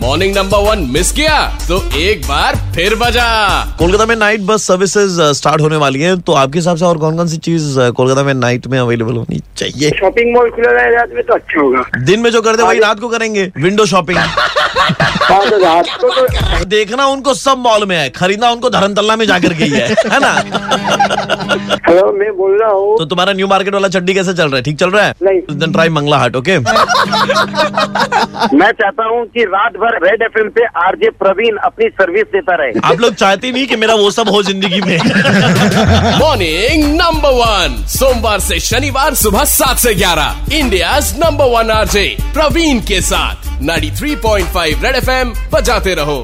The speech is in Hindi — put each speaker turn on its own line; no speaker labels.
मॉर्निंग नंबर वन मिस किया तो एक बार फिर बजा
कोलकाता में night bus services start uh, होने वाली हैं तो आपके हिसाब से और कौन कौन सी चीज कोलकाता में नाइट में अवेलेबल होनी चाहिए
शॉपिंग मॉल खुला रहे रात में तो अच्छा होगा
दिन में जो करते हैं वही रात को करेंगे विंडो शॉपिंग
हाँ तो रात को तो
देखना उनको सब मॉल में है खरीदना उनको धर्मतल्ला में जाकर के ही है है ना
हेलो मैं बोल रहा हूँ
तो तुम्हारा न्यू मार्केट वाला चड्डी कैसे चल रहा है ठीक चल रहा है
नहीं।
Then try Mangla Haat okay
मैं चाहता हूँ कि रात भर रेड एफ पे आरजे प्रवीण अपनी सर्विस देता रहे
आप लोग चाहते नहीं कि मेरा वो सब हो जिंदगी में
मॉर्निंग नंबर वन सोमवार से शनिवार सुबह सात से ग्यारह India number one RJ Praveen के साथ 93.5 रेड एफएम बजाते रहो